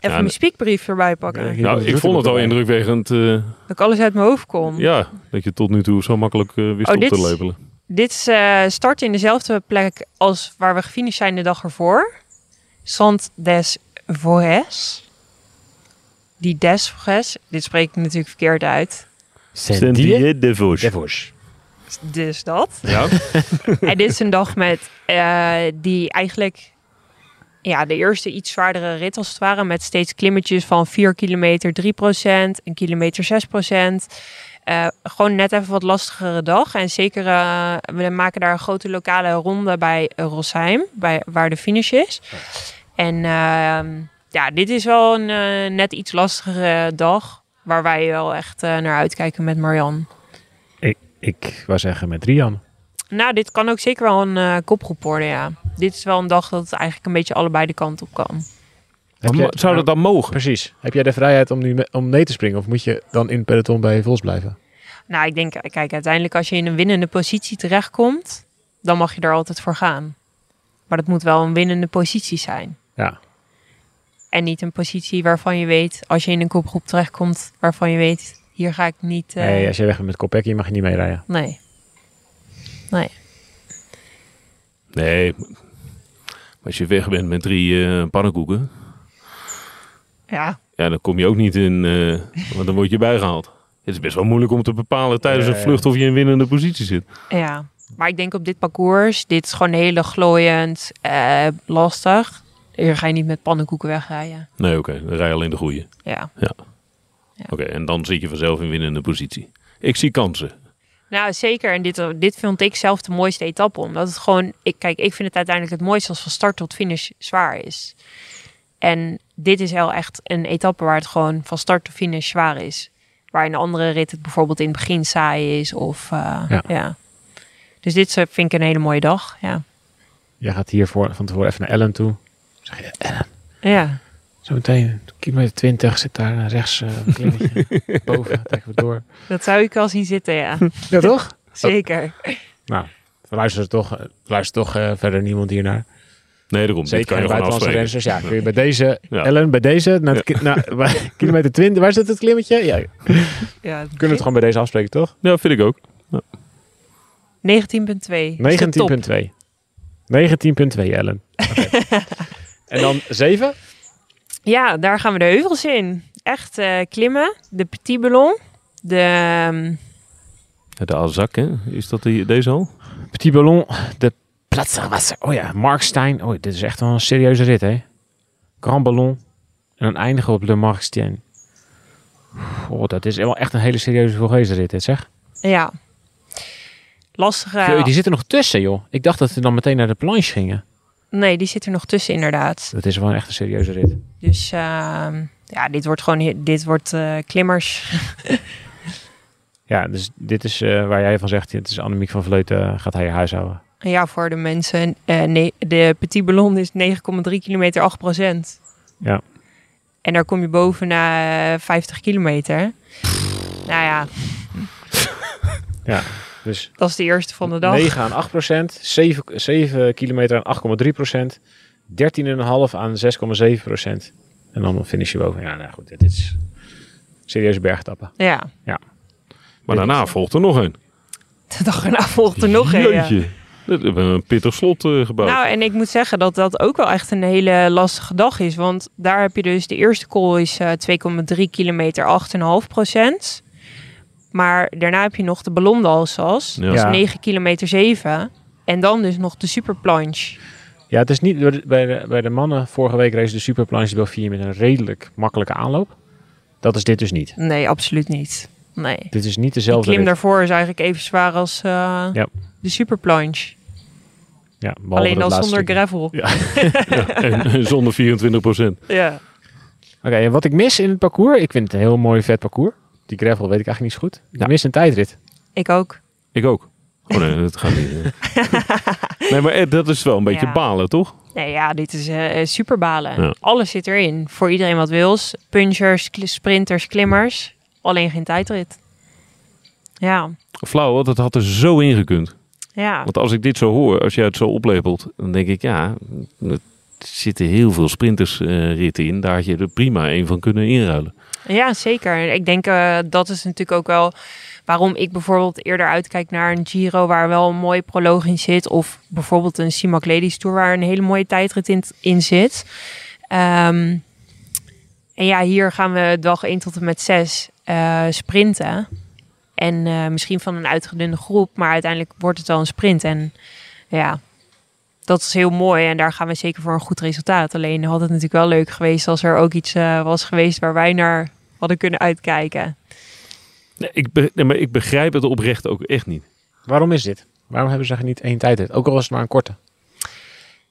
[SPEAKER 2] Ja,
[SPEAKER 3] mijn spiekbrief erbij pakken.
[SPEAKER 4] Ja,
[SPEAKER 2] Nou, ik vond het al indrukwekkend. eh,
[SPEAKER 3] Dat ik alles uit mijn hoofd kom.
[SPEAKER 2] ja, dat je tot nu toe zo makkelijk eh, wist
[SPEAKER 3] Oh,
[SPEAKER 2] op
[SPEAKER 3] dit-
[SPEAKER 2] te labelen.
[SPEAKER 3] Dit is eh, start in dezelfde plek als waar we gefinished zijn de dag ervoor. Sant des Forges. Die des Forges, dit spreek ik natuurlijk verkeerd uit.
[SPEAKER 2] de
[SPEAKER 3] Dus dat.
[SPEAKER 2] Ja,
[SPEAKER 3] en dit is een dag met eh, die eigenlijk ja, de eerste iets zwaardere rit als het ware. Met steeds klimmetjes van 4 kilometer 3%, een kilometer 6%. Eh, gewoon net even wat lastigere dag. En zeker, eh, we maken daar een grote lokale ronde bij eh, Rosheim, bij, waar de finish is. En ehm, ja, dit is wel een eh, net iets lastigere dag. Waar wij wel echt eh, naar uitkijken met Marian.
[SPEAKER 4] Ik, ik wou zeggen met Rian.
[SPEAKER 3] Nou, dit kan ook zeker wel een eh, kopgroep worden, ja. Dit is wel een dag dat het eigenlijk een beetje allebei de kant op kan.
[SPEAKER 4] Heb
[SPEAKER 2] Maar
[SPEAKER 4] jij-
[SPEAKER 2] zou dat dan mogen?
[SPEAKER 4] Precies. Heb jij de vrijheid om nu me- om mee te springen? Of moet je dan in het peloton bij Vos blijven?
[SPEAKER 3] Nou, ik denk, kijk, uiteindelijk als je in een winnende positie terechtkomt, dan mag je er altijd voor gaan. Maar dat moet wel een winnende positie zijn.
[SPEAKER 4] Ja.
[SPEAKER 3] En niet een positie waarvan je weet, als je in een kopgroep terechtkomt, waarvan je weet, hier ga ik niet... eh,
[SPEAKER 4] Nee, als jij weg bent met Kopecky mag je niet meerijden.
[SPEAKER 3] nee. Nee.
[SPEAKER 2] Nee. maar Als je weg bent met drie eh pannenkoeken,
[SPEAKER 3] Ja,
[SPEAKER 2] ja, dan kom je ook niet in, eh, want dan word je bijgehaald. Het is best wel moeilijk om te bepalen tijdens
[SPEAKER 4] Ja,
[SPEAKER 2] een
[SPEAKER 4] ja.
[SPEAKER 2] vlucht of je in winnende positie zit.
[SPEAKER 3] Ja, maar ik denk op dit parcours, dit is gewoon heel glooiend, eh, lastig. Hier ga je niet met pannenkoeken wegrijden.
[SPEAKER 2] Nee, oké, dan rij je alleen de goede.
[SPEAKER 3] Ja.
[SPEAKER 2] Oké, en dan zit je vanzelf in winnende positie. Ik zie kansen.
[SPEAKER 3] Nou, zeker. En dit, dit vond ik zelf de mooiste etappe. Omdat het gewoon... Ik, kijk, ik vind het uiteindelijk het mooiste als van start tot finish zwaar is. En dit is wel echt een etappe waar het gewoon van start tot finish zwaar is. Waar in de andere rit het bijvoorbeeld in het begin saai is. Of eh,
[SPEAKER 4] Ja.
[SPEAKER 3] ja. Dus dit is, eh, vind ik een hele mooie dag. Ja.
[SPEAKER 4] Jij gaat hier voor, van tevoren even naar Ellen toe. Zeg je, Ellen,
[SPEAKER 3] ja.
[SPEAKER 4] zometeen, kilometer 20 zit daar rechts eh, een klimmetje. Boven, trekken we door.
[SPEAKER 3] Dat zou ik al zien zitten, ja.
[SPEAKER 4] Ja, toch?
[SPEAKER 3] Zeker.
[SPEAKER 4] Nou, we luisteren toch, eh, luistert toch eh, verder niemand hiernaar.
[SPEAKER 2] Nee, daarom. Dit
[SPEAKER 4] Zeker
[SPEAKER 2] kan
[SPEAKER 4] de
[SPEAKER 2] je gewoon
[SPEAKER 4] buitenlandse
[SPEAKER 2] afspreken.
[SPEAKER 4] renners. Ja, kun je bij deze,
[SPEAKER 2] Ja.
[SPEAKER 4] Ellen, bij deze, naar het ki- naar- bij kilometer 20, waar zit het klimmetje? Ja, we
[SPEAKER 3] Ja, het
[SPEAKER 4] kunnen het gewoon bij deze afspreken, toch?
[SPEAKER 2] Ja, vind ik ook.
[SPEAKER 3] 19.2.
[SPEAKER 4] 19.2.
[SPEAKER 3] Is de top.
[SPEAKER 4] 19.2, Ellen. Oké. en dan 7?
[SPEAKER 3] Ja, daar gaan we de heuvels in. Echt eh, klimmen. De Petit Ballon. De, ehm,
[SPEAKER 2] De Azak, hè? Is dat die, deze al?
[SPEAKER 4] Petit Ballon, de Platzerwasser. Oh ja, Mark Stein. Oh, dit is echt wel een serieuze rit, hè? Grand Ballon. En dan eindigen we op Le Marc Stein. Oh, dat is wel echt een hele serieuze Vorgezen rit, dit, zeg.
[SPEAKER 3] ja. eh, Lastige.
[SPEAKER 4] Jee, die zitten nog tussen, joh. Ik dacht dat ze dan meteen naar de planche gingen.
[SPEAKER 3] Nee, die zit er nog tussen, inderdaad.
[SPEAKER 4] Dat is wel echt een serieuze rit.
[SPEAKER 3] Dus ehm, ja, dit wordt gewoon he- dit wordt, eh, klimmers.
[SPEAKER 4] Ja, dus dit is eh, waar jij van zegt. Het is Annemiek van Vleuten. eh, Gaat hij je huishouden?
[SPEAKER 3] Ja, voor de mensen. Eh, nee, de Petit Ballon is 9,3 kilometer, 8 procent.
[SPEAKER 4] Ja.
[SPEAKER 3] En daar kom je boven na eh, 50 kilometer. Nou ja,
[SPEAKER 4] Dus
[SPEAKER 3] dat is de eerste van de dag.
[SPEAKER 4] 9 aan 8 procent. 7, 7 kilometer aan 8,3 procent. 13,5 aan 6,7 procent. En dan finish je boven. Ja, nou goed. Dit is serieuze bergtappen.
[SPEAKER 3] Ja,
[SPEAKER 2] Maar
[SPEAKER 4] Dit
[SPEAKER 2] daarna volgt er nog een.
[SPEAKER 3] de dag erna volgt er nog een. ja.
[SPEAKER 2] Jeetje. Dat hebben we een pittig slot eh, gebouwd.
[SPEAKER 3] Nou, en ik moet zeggen dat dat ook wel echt een hele lastige dag is. Want daar heb je dus de eerste call is eh, 2,3 kilometer, 8,5 procent. Maar daarna heb je nog de ballon d'Alsace.
[SPEAKER 2] Ja.
[SPEAKER 3] dus Dat is
[SPEAKER 4] Ja.
[SPEAKER 3] 9 kilometer 7. En dan dus nog de superplanche.
[SPEAKER 4] Ja, het is niet door de- bij de, bij de mannen. Vorige week race de Superplanche de 4 met een redelijk makkelijke aanloop. Dat is dit dus niet.
[SPEAKER 3] Nee, absoluut niet. Nee.
[SPEAKER 4] Dit is
[SPEAKER 3] De
[SPEAKER 4] niet dezelfde
[SPEAKER 3] klim
[SPEAKER 4] rit.
[SPEAKER 3] daarvoor is eigenlijk even zwaar als eh, de superplanche.
[SPEAKER 4] Ja, behalve
[SPEAKER 3] Alleen dan
[SPEAKER 4] dat laatste
[SPEAKER 3] zonder
[SPEAKER 4] stukje.
[SPEAKER 3] gravel. Ja. Nou.
[SPEAKER 2] en zonder 24 procent.
[SPEAKER 4] Oké, en wat ik mis in het parcours. Ik vind het een heel mooi vet parcours. Die gravel weet ik eigenlijk niet zo goed. Ik mis een tijdrit.
[SPEAKER 3] Ik ook.
[SPEAKER 2] Ik ook. Oh nee, dat gaat niet. eh. nee, maar eh, dat is wel een beetje
[SPEAKER 3] Ja.
[SPEAKER 2] balen, toch?
[SPEAKER 3] Nee, ja, dit is eh, eh, superbalen.
[SPEAKER 2] Ja.
[SPEAKER 3] Alles zit erin. Voor iedereen wat wils. Punchers, kli- sprinters, klimmers. Alleen geen tijdrit. Ja,
[SPEAKER 2] Flauw, want het had er zo ingekund.
[SPEAKER 3] ja.
[SPEAKER 2] Want als ik dit zo hoor, als jij het zo oplepelt, dan denk ik, ja, er zitten heel veel sprintersritten in. Daar had je er prima een van kunnen inruilen.
[SPEAKER 3] ja zeker. Ik denk eh, dat is natuurlijk ook wel waarom ik bijvoorbeeld eerder uitkijk naar een Giro waar wel een mooie proloog in zit. Of bijvoorbeeld een Simac Ladies Tour waar een hele mooie tijdrit in, in zit. Ehm, en ja, hier gaan we dag 1 tot en met 6 eh, sprinten. En eh, misschien van een uitgedunde groep, maar uiteindelijk wordt het wel een sprint. En ja, dat is heel mooi en daar gaan we zeker voor een goed resultaat. Alleen had het natuurlijk wel leuk geweest als er ook iets eh, was geweest waar wij naar hadden kunnen uitkijken.
[SPEAKER 2] Nee, ik be- nee, maar ik begrijp het oprecht ook echt niet.
[SPEAKER 4] Waarom is dit? Waarom hebben ze niet één tijdrit? Ook al was het maar een
[SPEAKER 3] Oh.
[SPEAKER 4] korte.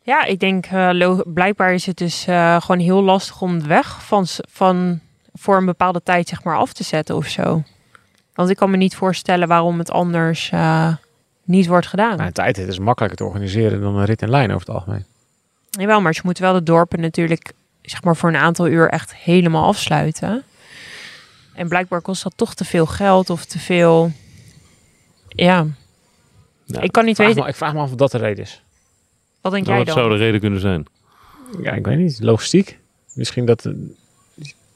[SPEAKER 3] Ja, ik denk eh, lo- blijkbaar is het dus eh, gewoon heel lastig om de weg van, s- van voor een bepaalde tijd zeg maar af te zetten of zo. Want ik kan me niet voorstellen waarom het anders eh, niet wordt gedaan.
[SPEAKER 4] Maar een tijdrit is makkelijker te organiseren dan een rit in lijn over het algemeen.
[SPEAKER 3] Jawel, maar ze moeten wel de dorpen natuurlijk zeg maar voor een aantal uur echt helemaal afsluiten. En blijkbaar kost dat toch te veel geld of te veel. Ja.
[SPEAKER 2] Ja,
[SPEAKER 3] ik kan niet
[SPEAKER 4] Vraag
[SPEAKER 3] weten.
[SPEAKER 4] me, ik vraag me af of dat de reden is.
[SPEAKER 3] Wat denk
[SPEAKER 2] Nou,
[SPEAKER 3] jij
[SPEAKER 2] wat
[SPEAKER 3] dan?
[SPEAKER 2] zou de reden kunnen zijn?
[SPEAKER 4] Ja, ik weet niet. Logistiek. Misschien dat eh,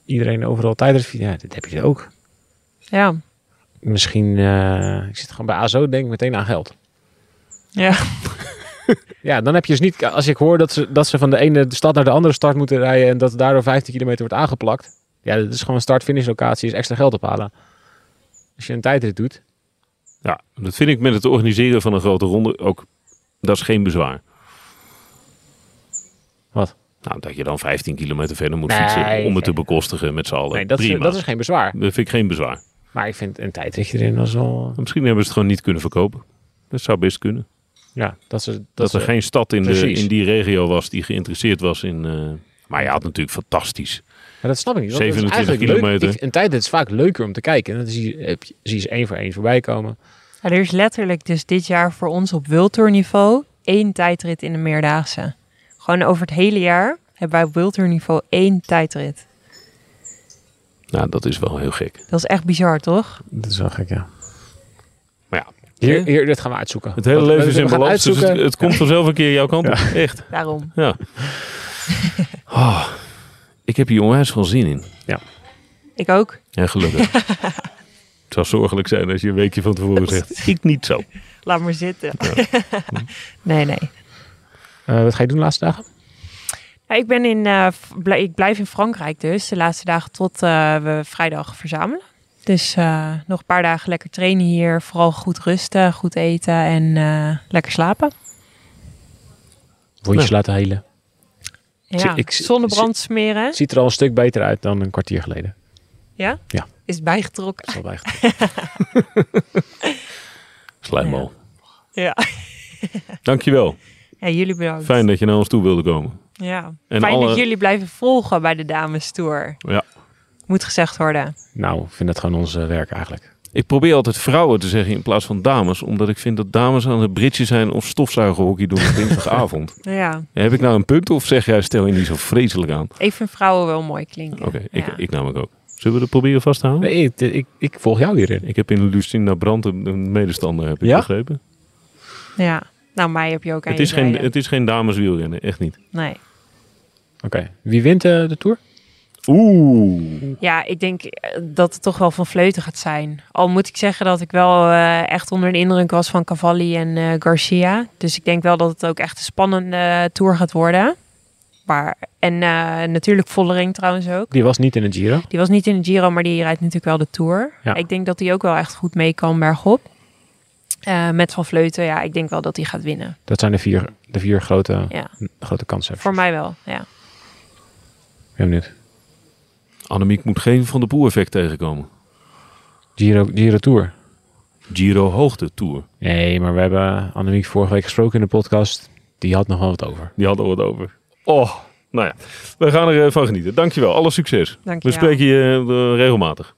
[SPEAKER 4] iedereen overal tijdrit... Ja, dat heb je ook.
[SPEAKER 3] Ja.
[SPEAKER 4] Misschien... eh, ik zit gewoon bij ASO, denk ik meteen aan geld.
[SPEAKER 3] Ja.
[SPEAKER 4] Ja, dan heb je dus niet... Als ik hoor dat ze, dat ze van de ene stad naar de andere stad moeten rijden... en dat daardoor 15 kilometer wordt aangeplakt. Ja, dat is gewoon start-finish locatie. Is extra geld ophalen. Als je een tijdrit doet.
[SPEAKER 2] Ja, dat vind ik met het organiseren van een grote ronde ook, dat is geen bezwaar.
[SPEAKER 4] Wat?
[SPEAKER 2] Nou, dat je dan 15 kilometer verder moet
[SPEAKER 4] Nee,
[SPEAKER 2] fietsen om het te
[SPEAKER 4] nee.
[SPEAKER 2] bekostigen met z'n allen.
[SPEAKER 4] Nee, dat, is,
[SPEAKER 2] Prima.
[SPEAKER 4] dat is geen bezwaar.
[SPEAKER 2] Dat vind ik geen bezwaar.
[SPEAKER 4] Maar ik vind een tijdritje erin was wel...
[SPEAKER 2] Misschien hebben ze het gewoon niet kunnen verkopen. Dat zou best kunnen.
[SPEAKER 4] Ja, dat ze... Dat,
[SPEAKER 2] Dat,
[SPEAKER 4] ze-
[SPEAKER 2] er geen stad in, de,
[SPEAKER 4] Precies.
[SPEAKER 2] in die regio was die geïnteresseerd was in. eh, maar ja, het natuurlijk fantastisch.
[SPEAKER 4] Maar dat snap ik niet. want dat is
[SPEAKER 2] 27
[SPEAKER 4] eigenlijk leuk.
[SPEAKER 2] kilometer.
[SPEAKER 4] Ik- een tijd dat is vaak leuker om te kijken. En dan zie je, heb je- zie je ze één voor één voorbij komen.
[SPEAKER 3] Ja, er is letterlijk dus dit jaar voor ons op wildtourniveau één tijdrit in de Meerdaagse. Gewoon over het hele jaar hebben wij op wildtourniveau één tijdrit.
[SPEAKER 2] Nou, dat is wel heel gek.
[SPEAKER 3] Dat is echt bizar, toch?
[SPEAKER 4] Dat is wel gek, ja.
[SPEAKER 2] Maar ja,
[SPEAKER 4] Hier, hier, dit gaan we uitzoeken.
[SPEAKER 2] het hele
[SPEAKER 4] Wat-
[SPEAKER 2] leven
[SPEAKER 4] we-
[SPEAKER 2] is
[SPEAKER 4] we
[SPEAKER 2] in
[SPEAKER 4] gaan
[SPEAKER 2] balans. Dus het,
[SPEAKER 4] uitzoeken.
[SPEAKER 2] het komt vanzelf een keer jouw kant op. Echt.
[SPEAKER 3] Daarom.
[SPEAKER 2] Ja. Ah, ik heb hier onwijs veel zin in.
[SPEAKER 3] Ik ook.
[SPEAKER 2] Ja, gelukkig. het zou zorgelijk zijn als je een weekje van tevoren zegt, ik niet zo.
[SPEAKER 3] Laat maar zitten. nee, nee.
[SPEAKER 4] Eh, wat ga je doen de laatste dagen?
[SPEAKER 3] Ja, ik, ben in, eh, F- blij- ik blijf in Frankrijk dus de laatste dagen tot eh, we vrijdag verzamelen. Dus eh, nog een paar dagen lekker trainen hier. Vooral goed rusten, goed eten en eh, lekker slapen.
[SPEAKER 4] Wondjes
[SPEAKER 2] Nou.
[SPEAKER 4] laten helen.
[SPEAKER 3] Ja,
[SPEAKER 4] ik-
[SPEAKER 3] zonnebrand smeren. hè?
[SPEAKER 4] Het ziet er al een stuk beter uit dan een kwartier geleden.
[SPEAKER 3] Ja?
[SPEAKER 4] Ja.
[SPEAKER 3] Is het bijgetrokken?
[SPEAKER 4] Dat is wel echt.
[SPEAKER 2] Slijmbal.
[SPEAKER 3] Ja.
[SPEAKER 2] Dankjewel.
[SPEAKER 3] ja jullie bedankt.
[SPEAKER 2] Fijn dat je naar ons toe wilde komen.
[SPEAKER 3] Ja.
[SPEAKER 2] En
[SPEAKER 3] Fijn
[SPEAKER 2] alle-
[SPEAKER 3] dat jullie blijven volgen bij de Dames Tour.
[SPEAKER 2] Ja.
[SPEAKER 3] Moet gezegd worden.
[SPEAKER 4] Nou, ik vind dat gewoon ons eh, werk eigenlijk.
[SPEAKER 2] Ik probeer altijd vrouwen te zeggen in plaats van dames. Omdat ik vind dat dames aan het britje zijn of stofzuigerhockey doen op dinsdagavond.
[SPEAKER 3] Ja.
[SPEAKER 2] Heb ik nou een punt of zeg jij stel je niet zo vreselijk aan?
[SPEAKER 3] Ik vind vrouwen wel mooi klinken.
[SPEAKER 2] Oké, ik,
[SPEAKER 3] Ja.
[SPEAKER 2] ik namelijk ook. Zullen we het proberen vast te houden?
[SPEAKER 4] Nee, ik, ik, ik volg jou hierin.
[SPEAKER 2] Ik heb in Lucinda Brandt een, een medestander, heb ik
[SPEAKER 4] Ja?
[SPEAKER 2] begrepen.
[SPEAKER 3] Ja. Nou, mij heb je ook aan
[SPEAKER 2] Het
[SPEAKER 3] je
[SPEAKER 2] is, geen,
[SPEAKER 3] zijde.
[SPEAKER 2] het is geen dameswielrennen, echt niet.
[SPEAKER 3] Nee.
[SPEAKER 4] Oké, wie wint eh, de Tour?
[SPEAKER 2] Oeh.
[SPEAKER 3] Ja, ik denk eh, dat het toch wel van Vleuten gaat zijn. Al moet ik zeggen dat ik wel eh, echt onder de indruk was van Cavalli en eh, Garcia. Dus ik denk wel dat het ook echt een spannende eh, tour gaat worden. Maar, en eh, natuurlijk Vollering trouwens ook.
[SPEAKER 4] Die was niet in de Giro.
[SPEAKER 3] Die was niet in de Giro, maar die rijdt natuurlijk wel de Tour.
[SPEAKER 4] Ja.
[SPEAKER 3] Ik denk dat die ook wel echt goed mee kan bergop. Eh, met Van Vleuten, ja, ik denk wel dat die gaat winnen.
[SPEAKER 4] Dat zijn de vier, de vier grote,
[SPEAKER 3] Ja.
[SPEAKER 4] grote kansen.
[SPEAKER 3] Voor mij wel, ja.
[SPEAKER 4] Ik ben benieuwd.
[SPEAKER 2] Annemiek moet geen Van de Poel-effect tegenkomen.
[SPEAKER 4] Giro, Giro Tour.
[SPEAKER 2] Giro Hoogte Tour.
[SPEAKER 4] Nee, maar we hebben Annemiek vorige week gesproken in de podcast. Die had nog wel wat over.
[SPEAKER 2] Die hadden we het over. Oh, nou ja. We gaan ervan eh, genieten. Dankjewel. Alle succes.
[SPEAKER 3] Dank je
[SPEAKER 2] We
[SPEAKER 3] wel.
[SPEAKER 2] spreken je eh, regelmatig.